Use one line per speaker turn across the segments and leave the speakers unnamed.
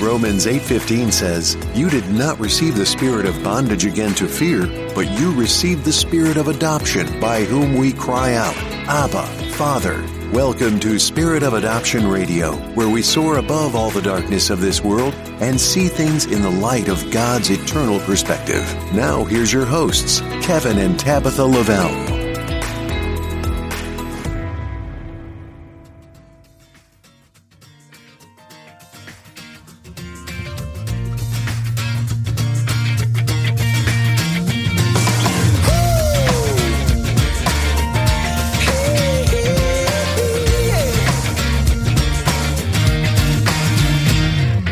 Romans 8:15 says, "You did not receive the spirit of bondage again to fear, but you received the spirit of adoption, by whom we cry out, Abba, Father." Welcome to Spirit of Adoption Radio, where we soar above all the darkness of this world and see things in the light of God's eternal perspective. Now, here's your hosts, Kevin and Tabitha Lavelle.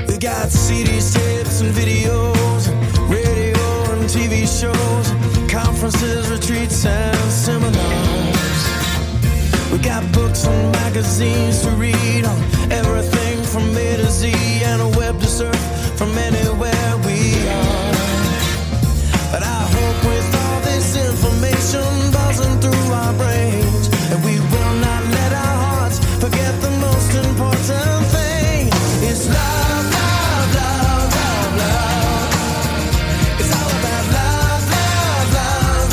They got CDs, tapes, and videos, radio and TV shows, conferences, retreats, and seminars. We got books and magazines to read on everything from A to Z and a web to surf from anywhere we are. But I hope with all this information buzzing through our brains that we will not let our hearts forget the most important thing. It's love, love, love, love, love. It's all about love, love,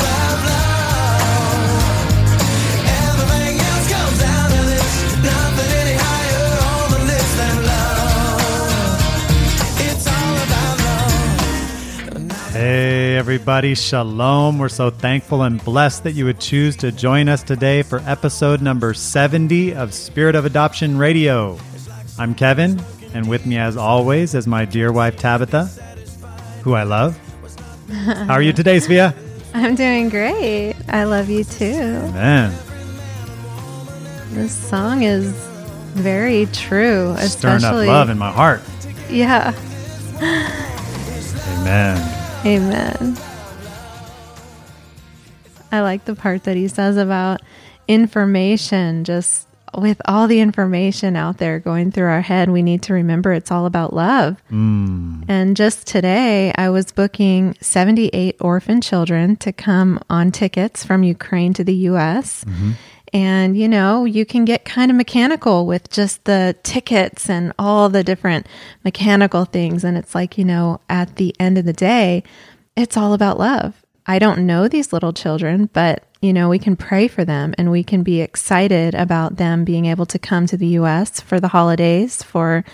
love, love, love. Everything else comes down to this. Nothing any higher on the list than love. It's all about love.
Hey, everybody, shalom. We're so thankful and blessed that you would choose to join us today for episode number 70 of Spirit of Adoption Radio. I'm Kevin, and with me, as always, is my dear wife Tabitha, who I love. How are you today, Svia?
I'm doing great. I love you too.
Man,
This song is very true,
stirring up
especially
love in my heart.
yeah.
Amen.
Amen. I like the part that he says about information just with all the information out there going through our head, we need to remember it's all about love.
Mm.
And just today, I was booking 78 orphan children to come on tickets from Ukraine to the US.
Mm-hmm.
And, you know, you can get kind of mechanical with just the tickets and all the different mechanical things. And it's like, you know, at the end of the day, it's all about love. I don't know these little children, but, you know, we can pray for them and we can be excited about them being able to come to the US for the holidays for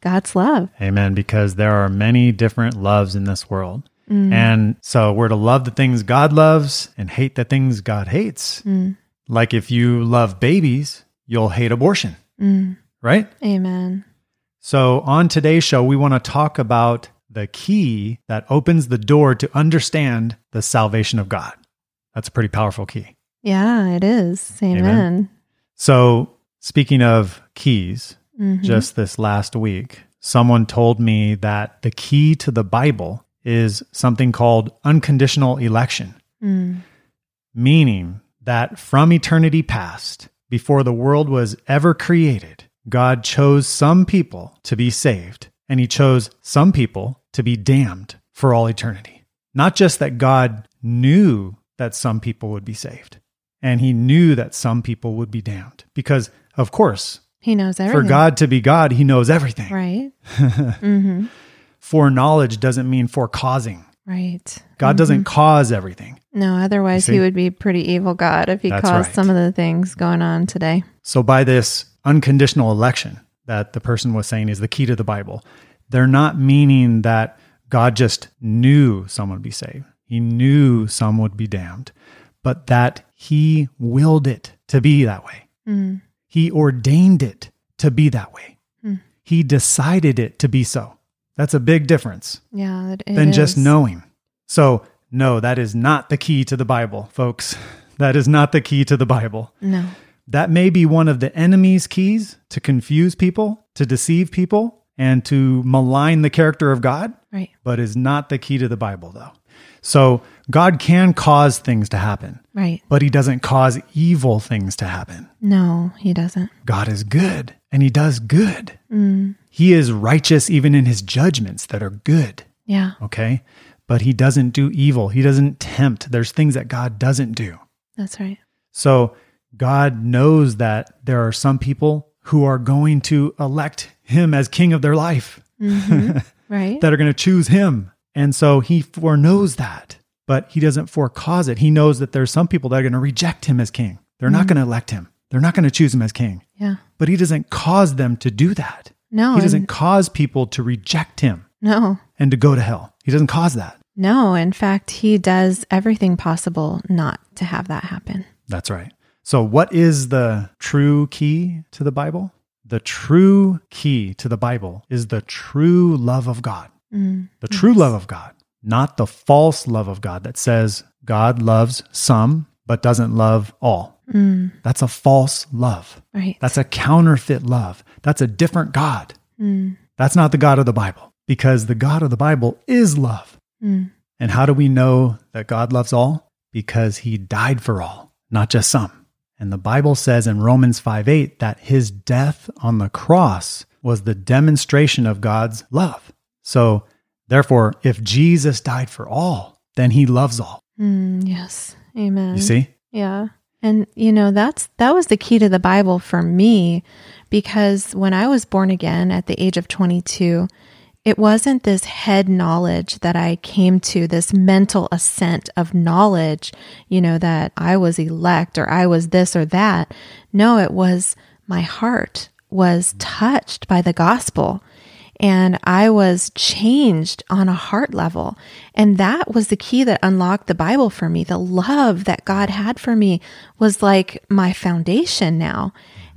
God's love.
Amen. Because there are many different loves in this world. And so we're to love the things God loves and hate the things God hates. Like if you love babies, you'll hate abortion, right?
Amen.
So on today's show, we want to talk about the key that opens the door to understand the salvation of God. That's a pretty powerful key.
Yeah, it is. Amen.
Amen. So, speaking of keys, just this last week, someone told me that the key to the Bible is something called unconditional election, meaning that from eternity past, before the world was ever created, God chose some people to be saved, and He chose some people to be damned for all eternity. Not just that God knew that some people would be saved and he knew that some people would be damned because of course
He knows everything.
for god to be god he knows everything
Right. hmm
foreknowledge doesn't mean forecausing
Right. Mm-hmm.
god doesn't cause everything
No, otherwise
You see?
he would be a pretty evil God if he
That's
caused
right.
some of the things going on today.
so by this unconditional election that the person was saying is the key to the bible they're not meaning that god just knew someone would be saved he knew some would be damned but that he willed it to be that way
Hmm.
He ordained it to be that way. He decided it to be so. That's a big difference
Yeah. It, it
than just
is.
knowing. So, no, that is not the key to the Bible, folks. That is not the key to the Bible.
No.
That may be one of the enemy's keys to confuse people, to deceive people, and to malign the character of God,
Right.
but is not the key to the Bible, though. So, God can cause things to happen,
Right.
but He doesn't cause evil things to happen.
No, he doesn't.
God is good and he does good. He is righteous even in his judgments that are good,
Yeah.
okay? But he doesn't do evil. He doesn't tempt. There's things that God doesn't do.
That's right.
So God knows that there are some people who are going to elect him as king of their life.
right?
that are going to choose him. And so he foreknows that, but he doesn't forecause it. He knows that there's some people that are going to reject him as king. They're not going to elect him. They're not going to choose him as king.
yeah.
But he doesn't cause them to do that.
No.
he
Oh, and-
doesn't cause people to reject him
no.
and to go to hell. He doesn't cause that.
No, in fact, he does everything possible not to have that happen.
That's right. So, what is the true key to the Bible? The true key to the Bible is the true love of God. The true love of God, not the false love of God that says God loves some but doesn't love all. That's a false love.
Right.
That's a counterfeit love. That's a different God.
Mm.
That's not the God of the Bible because the God of the Bible is love.
Mm.
And how do we know that God loves all? Because he died for all, not just some. And the Bible says in Romans 5 8 that his death on the cross was the demonstration of God's love. So, therefore, if Jesus died for all, then he loves all.
Mm, yes. Amen.
You see?
Yeah. And you know, that's that was the key to the Bible for me because when I was born again at the age of 22, it wasn't this head knowledge that I came to, this mental ascent of knowledge, you know, that I was elect or I was this or that. No, it was my heart was touched by the gospel and I was changed on a heart level. And that was the key that unlocked the Bible for me. The love that God had for me was like my foundation now.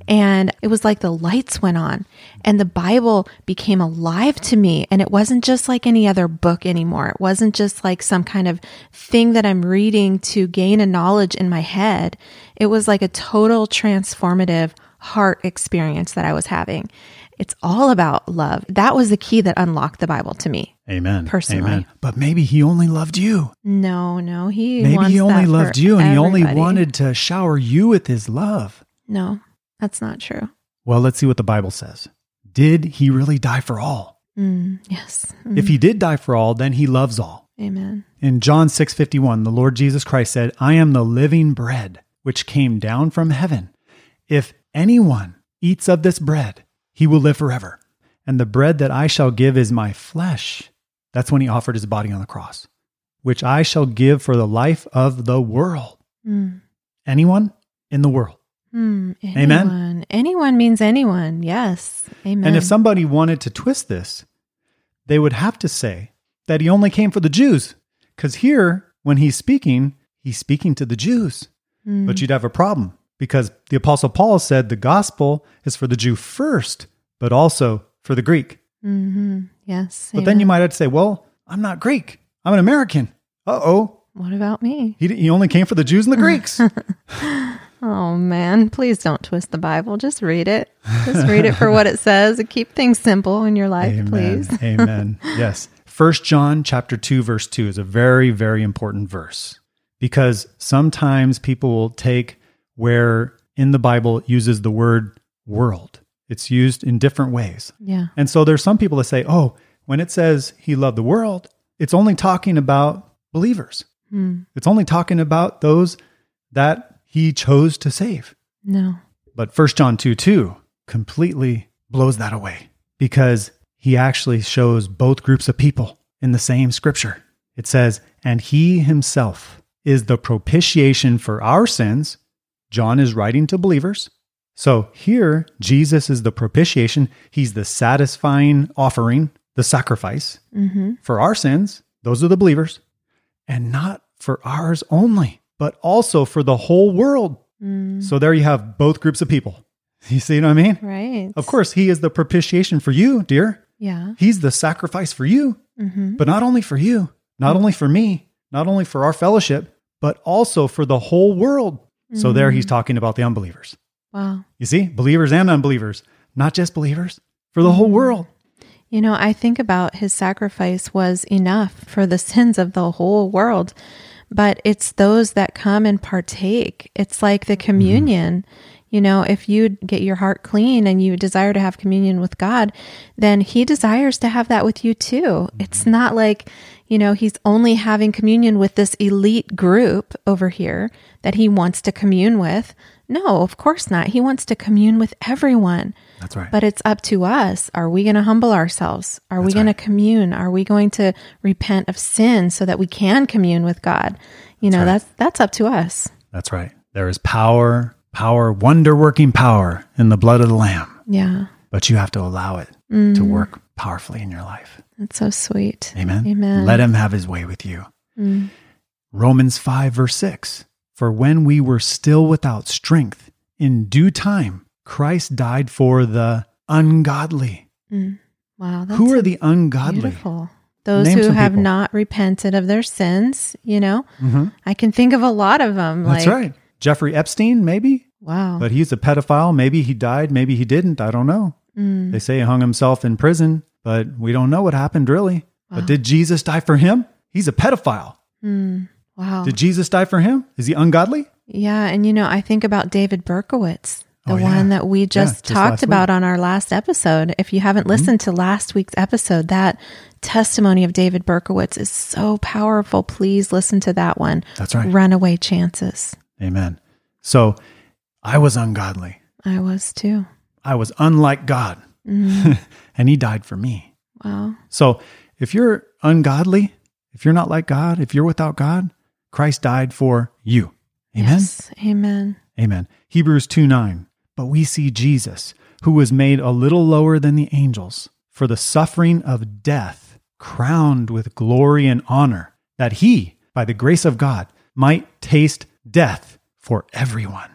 And it was like the lights went on and the Bible became alive to me. And it wasn't just like any other book anymore. It wasn't just like some kind of thing that I'm reading to gain a knowledge in my head. It was like a total transformative heart experience that I was having. It's all about love. That was the key that unlocked the Bible to me.
Amen.
Personally.
Amen. But maybe he only loved you.
No, no, he
Maybe
wants
he only
that for
loved you and he only
everybody.
wanted to shower you with his love.
No, that's not true.
Well, let's see what the Bible says. Did he really die for all?
Mm, yes, Mm,
If he did die for all, then he loves all.
amen.
In John 6:51, the Lord Jesus Christ said, "I am the living bread which came down from heaven. If anyone eats of this bread, he will live forever. And the bread that I shall give is my flesh." That's when he offered his body on the cross, "which I shall give for the life of the world."
Mm.
Anyone in the world.
Mm,
Amen.
Anyone. Anyone means anyone. Yes, amen.
And if somebody wanted to twist this, they would have to say that he only came for the Jews. Because here, when he's speaking, he's speaking to the Jews.
Mm.
But you'd have a problem because the Apostle Paul said the gospel is for the Jew first, but also for the Greek.
hmm yes,
But then you
amen.
might have to say, well, I'm not Greek, I'm an American. Uh oh.
What about me?
He, he only came for the Jews and the Greeks.
Oh man, please don't twist the Bible. Just read it. Just read it for what it says. And keep things simple in your life,
Amen.
please.
Amen. Yes. First John chapter 2 verse 2 is a very very important verse because sometimes people will take where in the Bible it uses the word world. It's used in different ways.
Yeah.
And so there's some people that say, "Oh, when it says he loved the world, it's only talking about believers. It's only talking about those that he chose to save."
No.
But 1 John 2 2 completely blows that away because he actually shows both groups of people in the same scripture. It says, And he himself is the propitiation for our sins. John is writing to believers. So here, Jesus is the propitiation. He's the satisfying offering, the sacrifice
Mm-hmm.
for our sins. Those are the believers. And not for ours only, but also for the whole world.
Mm,
So there you have both groups of people. You see what I mean?
right.
Of course, he is the propitiation for you, dear.
Yeah.
He's the sacrifice for you,
Mm-hmm.
but not only for you, not only for me, not only for our fellowship, but also for the whole world. So there
Mm.
he's talking about the unbelievers.
Wow.
You see, believers and unbelievers, not just believers, for the
Mm.
whole world.
You know, I think about his sacrifice was enough for the sins of the whole world, but it's those that come and partake. It's like the communion. You know, if you get your heart clean and you desire to have communion with God, then he desires to have that with you too. It's not like, you know, he's only having communion with this elite group over here that he wants to commune with. No, of course not. He wants to commune with everyone.
That's right.
But it's up to us. Are we going to humble ourselves? Are we
That's
going
right.
to commune? Are we going to repent of sin so that we can commune with God? You know,
right.
that's that's up to us.
That's right. There is power, power, wonder working power in the blood of the Lamb,
Yeah.
but you have to allow it
Mm.
to work powerfully in your life.
That's so sweet.
Amen.
Amen.
Let him have his way with you.
Mm.
Romans 5, verse 6 For when we were still without strength, in due time, Christ died for the ungodly.
Wow. That's
Who are the ungodly?
beautiful. Those
Name
who
some
have
people.
not repented of their sins, you know, I can think of a lot of them.
Mm-hmm. That's
like, Oh.
right. Jeffrey Epstein, maybe?
Wow.
But he's a pedophile. Maybe he died. Maybe he didn't. I don't know.
Mm.
They say he hung himself in prison, but we don't know what happened really. But did Jesus die for him? He's a pedophile.
Mm. Wow.
Did Jesus die for him? Is he ungodly?
Yeah, and you know, I think about David Berkowitz, the
Oh, yeah.
one that we
just
just
last
talked
week. Mm-hmm.
about on our last episode. If you haven't listened to last week's episode, that testimony of David Berkowitz is so powerful. Please listen to that one.
That's right.
Runaway chances.
Amen. So I was ungodly.
I was too.
I was unlike God, and he died for me.
Wow.
So if you're ungodly, if you're not like God, if you're without God, Christ died for you. Amen.
Yes. Amen.
Amen. Hebrews 2 9. But we see Jesus, who was made a little lower than the angels, for the suffering of death, crowned with glory and honor, that he, by the grace of God, might taste death for everyone.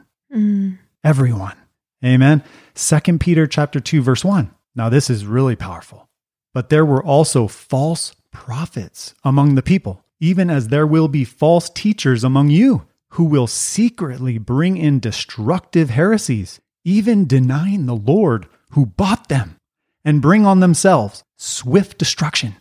Everyone. Amen. 2 Peter chapter 2, verse 1. Now this is really powerful. But there were also false prophets among the people, even as there will be false teachers among you, who will secretly bring in destructive heresies, even denying the Lord who bought them, and bring on themselves swift destruction.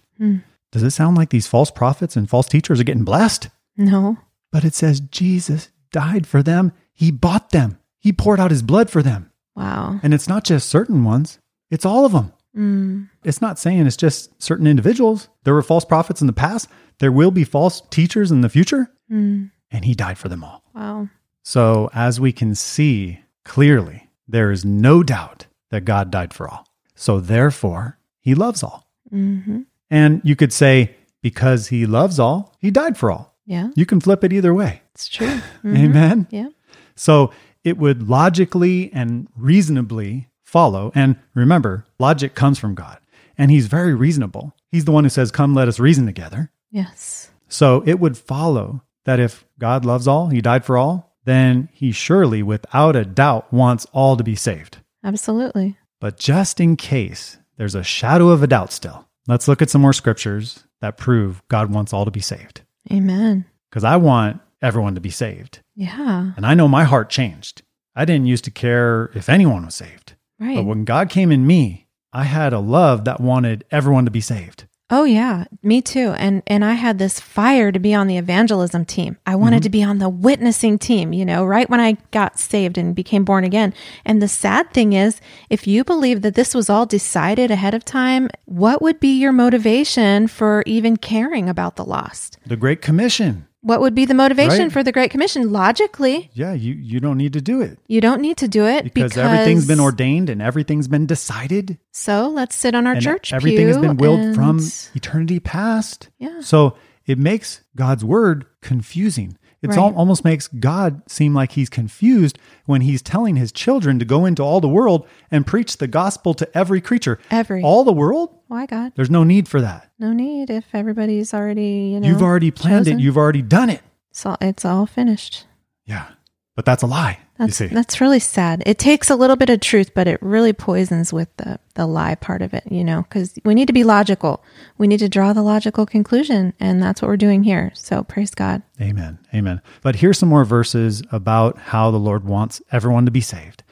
Does it sound like these false prophets and false teachers are getting blessed?
No.
But it says Jesus died for them, He bought them, He poured out His blood for them.
Wow.
And it's not just certain ones, it's all of them.
Mm.
It's not saying it's just certain individuals. There were false prophets in the past, there will be false teachers in the future,
Mm.
and he died for them all.
Wow.
So, as we can see clearly, there is no doubt that God died for all. So, therefore, he loves all.
hmm
And you could say, because he loves all, he died for all.
Yeah,
You can flip it either way.
it's true. Mhm.
Amen.
Yeah.
So it would logically and reasonably follow. And remember, logic comes from God, and He's very reasonable. He's the one who says, Come, let us reason together.
Yes.
So it would follow that if God loves all, He died for all, then He surely, without a doubt, wants all to be saved.
Absolutely.
But just in case there's a shadow of a doubt still, let's look at some more scriptures that prove God wants all to be saved.
Amen.
Because I want everyone to be saved.
Yeah.
And I know my heart changed. I didn't used to care if anyone was saved.
Right.
But when God came in me, I had a love that wanted everyone to be saved.
Oh yeah, me too. And and I had this fire to be on the evangelism team. I wanted
Mm-hmm.
to be on the witnessing team, you know, right when I got saved and became born again. And the sad thing is, if you believe that this was all decided ahead of time, what would be your motivation for even caring about the lost?
The Great Commission.
What would be the motivation
Right.
for the great commission logically?
Yeah, you, you don't need to do it
You don't need to do it
because, everything's been
because-
ordained and everything's been decided.
So, let's sit on our
and
church
everything has
pew
been willed
and-
from eternity past.
Yeah.
So it makes God's word confusing. It
Right.
almost makes God seem like he's confused when he's telling his children to go into all the world and preach the gospel to every creature.
Every.
All the world?
Why God?
There's no need for that.
No need if everybody's already, you know.
You've already planned
chosen.
it. You've already done it.
It's all, it's all finished.
Yeah. But that's a lie.
That's
you see.
that's really sad. It takes a little bit of truth, but it really poisons with the the lie part of it, you know, because we need to be logical. We need to draw the logical conclusion, and that's what we're doing here. So praise God.
Amen. Amen. But here's some more verses about how the Lord wants everyone to be saved.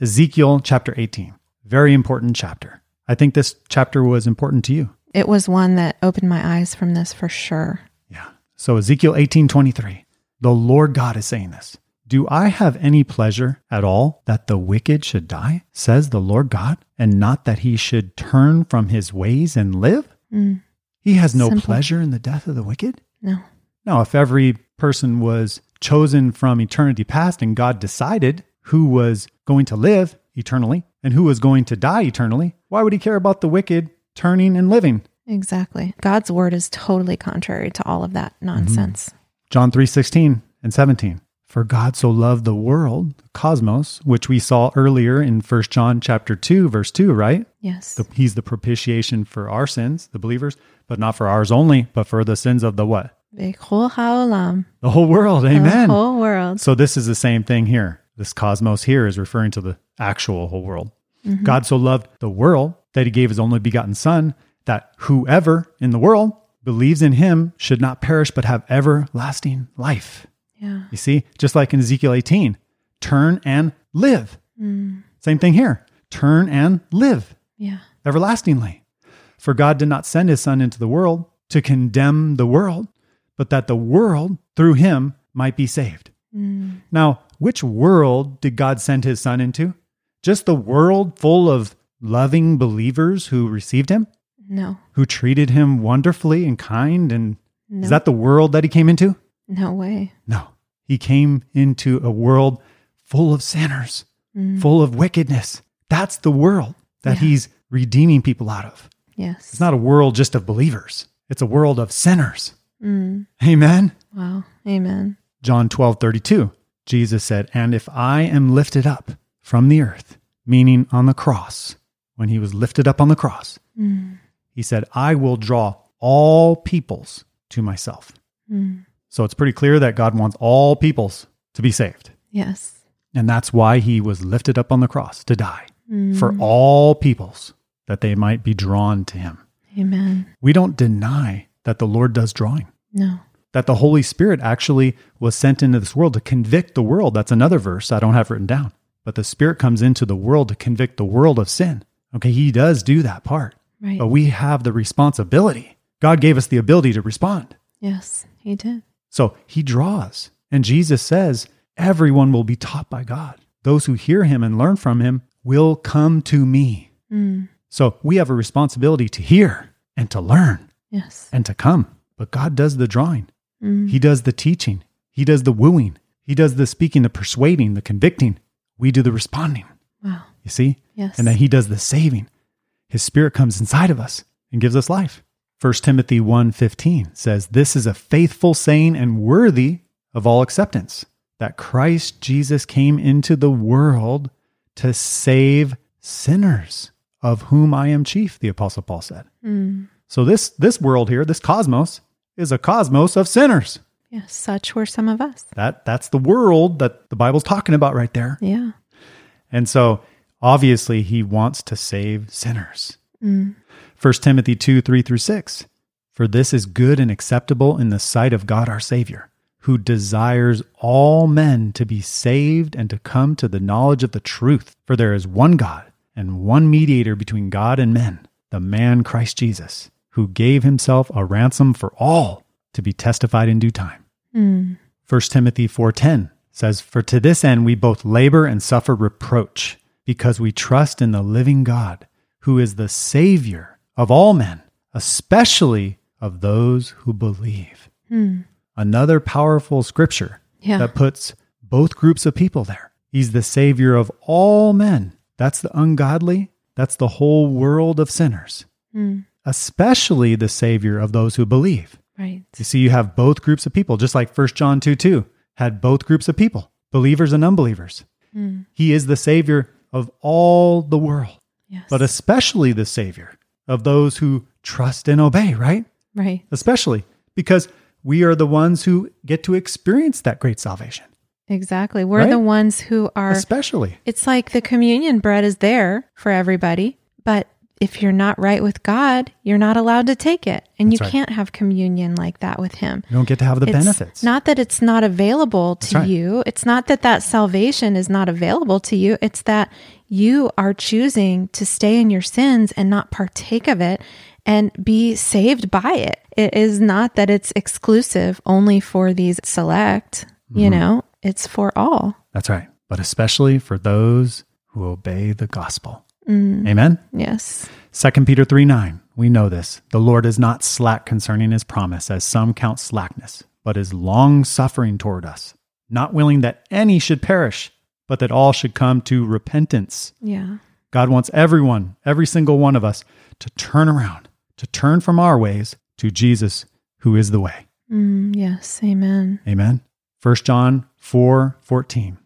Ezekiel chapter 18, very important chapter. I think this chapter was important to you.
It was one that opened my eyes from this for sure.
Yeah. So Ezekiel 18:23, the Lord God is saying this. Do I have any pleasure at all that the wicked should die, says the Lord God, and not that he should turn from his ways and live?
Mm,
He has no
Simple.
pleasure in the death of the wicked?
no,
Now, if every person was chosen from eternity past and God decided, who was going to live eternally and who was going to die eternally, why would he care about the wicked turning and living?
Exactly. God's word is totally contrary to all of that
Mm-hmm.
nonsense.
John 3:16 and 17. For God so loved the world, cosmos, which we saw earlier in 1 John chapter 2 verse 2, right?
Yes.
The- he's the propitiation for our sins, the believers, but not for ours only, but for the sins of the what?
Big whole haolam.
The whole world.
The
Amen.
whole world.
So this is the same thing here. This cosmos here is referring to the actual whole world. God so loved the world that he gave his only begotten son that whoever in the world believes in him should not perish but have everlasting life.
Yeah.
You see, just like in Ezekiel 18, turn and live. Same thing here. Turn and live
Yeah.
everlastingly. For God did not send his Son into the world to condemn the world, but that the world through him might be saved.
Mm,
Now, which world did God send his Son into? Just the world full of loving believers who received him,
No.
who treated him wonderfully and kind? And
No.
is that the world that he came into?
no way.
No. He came into a world full of sinners, full of wickedness. That's the world that he's redeeming people out of.
Yes.
It's not a world just of believers, it's a world of sinners.
Mm.
Amen.
wow. Amen.
John 12, 32, Jesus said, And if I am lifted up from the earth, meaning on the cross, when he was lifted up on the cross, he said, I will draw all peoples to myself.
Mm,
So it's pretty clear that God wants all peoples to be saved.
Yes.
And that's why he was lifted up on the cross to die for all peoples that they might be drawn to him.
Amen.
We don't deny that the Lord does drawing,
No.
that the Holy Spirit actually was sent into this world to convict the world. That's another verse I don't have written down. But the Spirit comes into the world to convict the world of sin. Okay, He does do that part,
Right.
but Oh, we have the responsibility. God gave us the ability to respond.
Yes. He did.
So He draws. And Jesus says, Everyone will be taught by God. Those who hear Him and learn from Him will come to me.
Mm,
So we have a responsibility to hear and to learn
Yes. Mm,
and to come. But God does the drawing, He does the teaching, He does the wooing, He does the speaking, the persuading, the convicting. We do the responding,
Wow.
you see?
Yes.
And then He does the saving. His spirit comes inside of us and gives us life. 1 Timothy 1:15 says, "This is a faithful saying and worthy of all acceptance, that Christ Jesus came into the world to save sinners, of whom I am chief," the apostle Paul said.
Mm.
So this this world here, this cosmos, is a cosmos of sinners.
Yes. Such were some of us.
That that's the world that the Bible's talking about right there.
Yeah.
And so obviously he wants to save sinners.
Mm.
First Timothy 2, 3 through 6. For this is good and acceptable in the sight of God our Savior, who desires all men to be saved and to come to the knowledge of the truth. For there is one God and one mediator between God and men, the man Christ Jesus, who gave himself a ransom for all to be testified in due time.
Mm.
1 Timothy 4:10 says, "For to this end we both labor and suffer reproach, because we trust in the living God, who is the savior of all men, especially of those who believe."
Mm.
Another powerful scripture
Yeah.
that puts both groups of people there. He's the savior of all men. That's the ungodly, that's the whole world of sinners,
Mm.
especially the savior of those who believe.
Right.
You see, you have both groups of people, just like 1 John 2 2 had both groups of people, believers and unbelievers.
Hmm.
He is the Savior of all the world,
Yes.
but especially the Savior of those who trust and obey, right?
right.
Especially because we are the ones who get to experience that great salvation,
Exactly. We're
Right?
the ones who are.
especially.
It's like the communion bread is there for everybody, but if you're not right with God, you're not allowed to take it. And
That's
you
right.
can't have communion like that with Him.
You don't get to have the
It's
benefits.
Not that it's not available to
right.
you. It's not that that salvation is not available to you. It's that you are choosing to stay in your sins and not partake of it and be saved by it. It is not that it's exclusive only for these select, you
Mm-hmm.
know, it's for all.
That's right. But especially for those who obey the gospel.
Hmm.
Amen.
Yes.
2 Peter 3 9, we know this. The Lord is not slack concerning his promise, as some count slackness, but is long suffering toward us, not willing that any should perish, but that all should come to repentance.
Yeah.
God wants everyone, every single one of us, to turn around, to turn from our ways to Jesus, who is the way.
Mm, yes. Amen.
Amen. 1 John 4 14.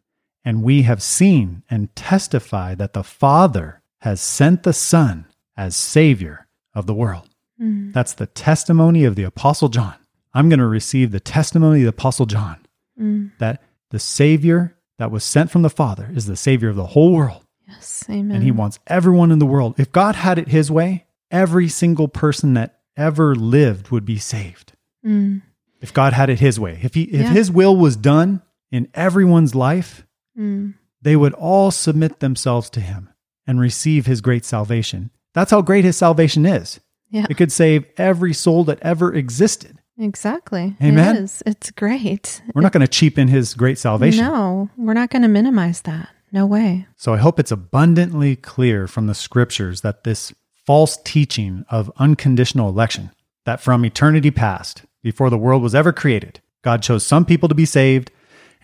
And we have seen and testify that the Father has sent the Son as Savior of the world.
Mm,
That's the testimony of the Apostle John. I'm going to receive the testimony of the Apostle John
mm,
that the Savior that was sent from the Father is the Savior of the whole world.
yes. Amen.
And He wants everyone in the world. If God had it His way, every single person that ever lived would be saved.
Mm,
If God had it His way, if, he, if
Yeah.
His will was done in everyone's life,
mm,
they would all submit themselves to Him and receive His great salvation. That's how great His salvation is.
yeah.
It could save every soul that ever existed.
Exactly.
Amen.
It is. It's great.
We're not going to cheapen his great salvation.
No, we're not going to minimize that. No way.
So I hope it's abundantly clear from the scriptures that this false teaching of unconditional election, that from eternity past, before the world was ever created, God chose some people to be saved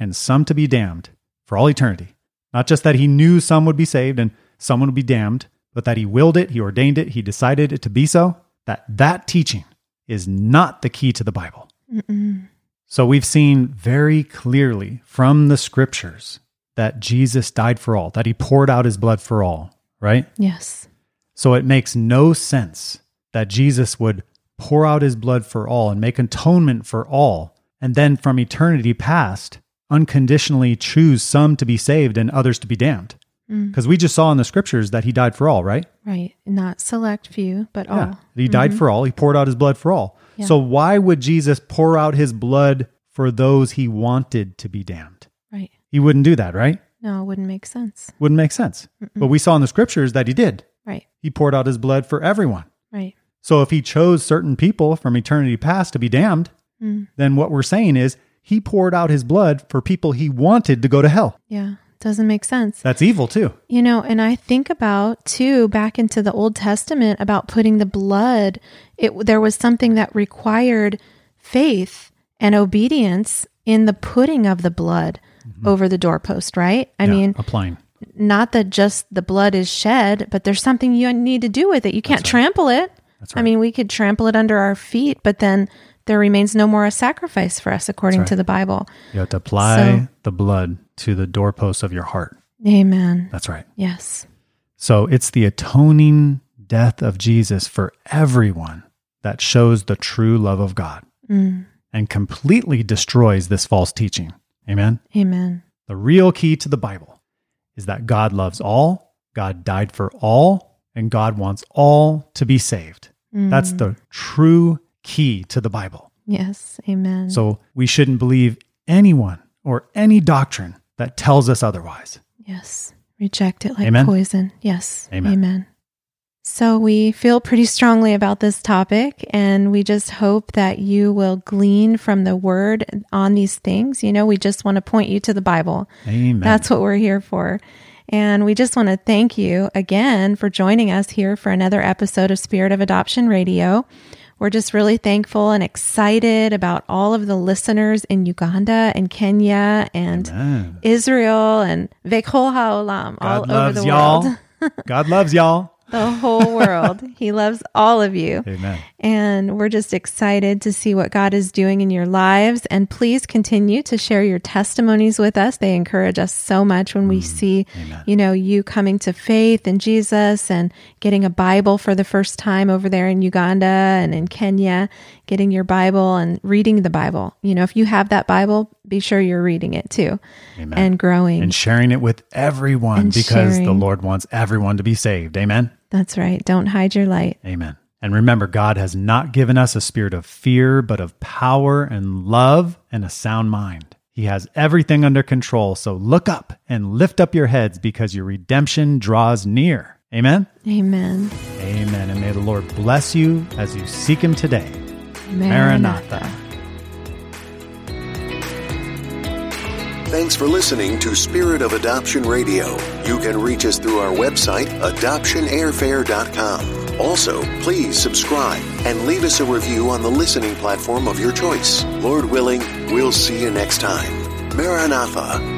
and some to be damned for all eternity. Not just that he knew some would be saved and some would be damned, but that he willed it, he ordained it, he decided it to be so, that that teaching is not the key to the Bible.
Mm-mm.
So we've seen very clearly from the scriptures that Jesus died for all, that he poured out his blood for all, right?
Yes.
So it makes no sense that Jesus would pour out his blood for all and make atonement for all, and then from eternity past, unconditionally choose some to be saved and others to be damned.
Mm.
Because we just saw in the scriptures that he died for all, right?
Right. Not select few, but
Yeah.
all. Mm-hmm.
He died for all. He poured out his blood for all.
Yeah.
So why would Jesus pour out his blood for those he wanted to be damned?
Mm-hmm. Right.
He wouldn't do that, right?
No, it wouldn't make sense.
Wouldn't make sense. But we saw in the scriptures that he did.
Right.
He poured out his blood for everyone.
Right.
So if he chose certain people from eternity past to be damned,
Mm.
then what we're saying is he poured out his blood for people he wanted to go to hell.
Yeah. Doesn't make sense.
That's evil too.
You know, and I think about too back into the Old Testament about putting the blood. It there was something that required faith and obedience in the putting of the blood over the doorpost, right? I
Mm-hmm. Yeah,
mean,
applying.
not that just the blood is shed, but there's something you need to do with it. You can't trample it. I mean, we could trample it under our feet, but then there remains no more a sacrifice for us according to the Bible.
You have to apply
So-
the blood to the doorposts of your heart.
Amen.
That's right.
Yes.
So it's the atoning death of Jesus for everyone that shows the true love of God
Mm.
and completely destroys this false teaching. Amen.
Amen.
The real key to the Bible is that God loves all, God died for all, and God wants all to be saved. That's
Mm.
the true key to the Bible.
Yes. Amen.
So we shouldn't believe anyone or any doctrine that tells us otherwise.
Yes. Reject it like
Amen.
poison. Yes.
Amen.
So we feel pretty strongly about this topic and we just hope that you will glean from the word on these things. You know, we just want to point you to the Bible.
Amen.
That's what we're here for. And we just want to thank you again for joining us here for another episode of Spirit of Adoption Radio. We're just really thankful and excited about all of the listeners in Uganda and Kenya and
Amen.
Israel and Vekol Haolam, all
God
over
loves
the
y'all.
world.
God loves y'all.
The whole world. he loves all of you.
Amen.
And we're just excited to see what God is doing in your lives. And please continue to share your testimonies with us. They encourage us so much when
Mm,
we see, you know, you coming to faith in Jesus and getting a Bible for the first time over there in Uganda and in Kenya, getting your Bible and reading the Bible. You know, if you have that Bible, be sure you're reading it too
Amen.
and growing.
and sharing it with everyone
And
because the
sharing.
Lord wants everyone to be saved. Amen.
That's right. Don't hide your light.
Amen. And remember, God has not given us a spirit of fear, but of power and love and a sound mind. He has everything under control. So look up and lift up your heads because your redemption draws near. Amen.
Amen.
Amen. And may the Lord bless you as you seek Him today. Maranatha.
Thanks for listening to Spirit of Adoption Radio. You can reach us through our website, adoptionairfare.com. Also, please subscribe and leave us a review on the listening platform of your choice. Lord willing, we'll see you next time. Maranatha.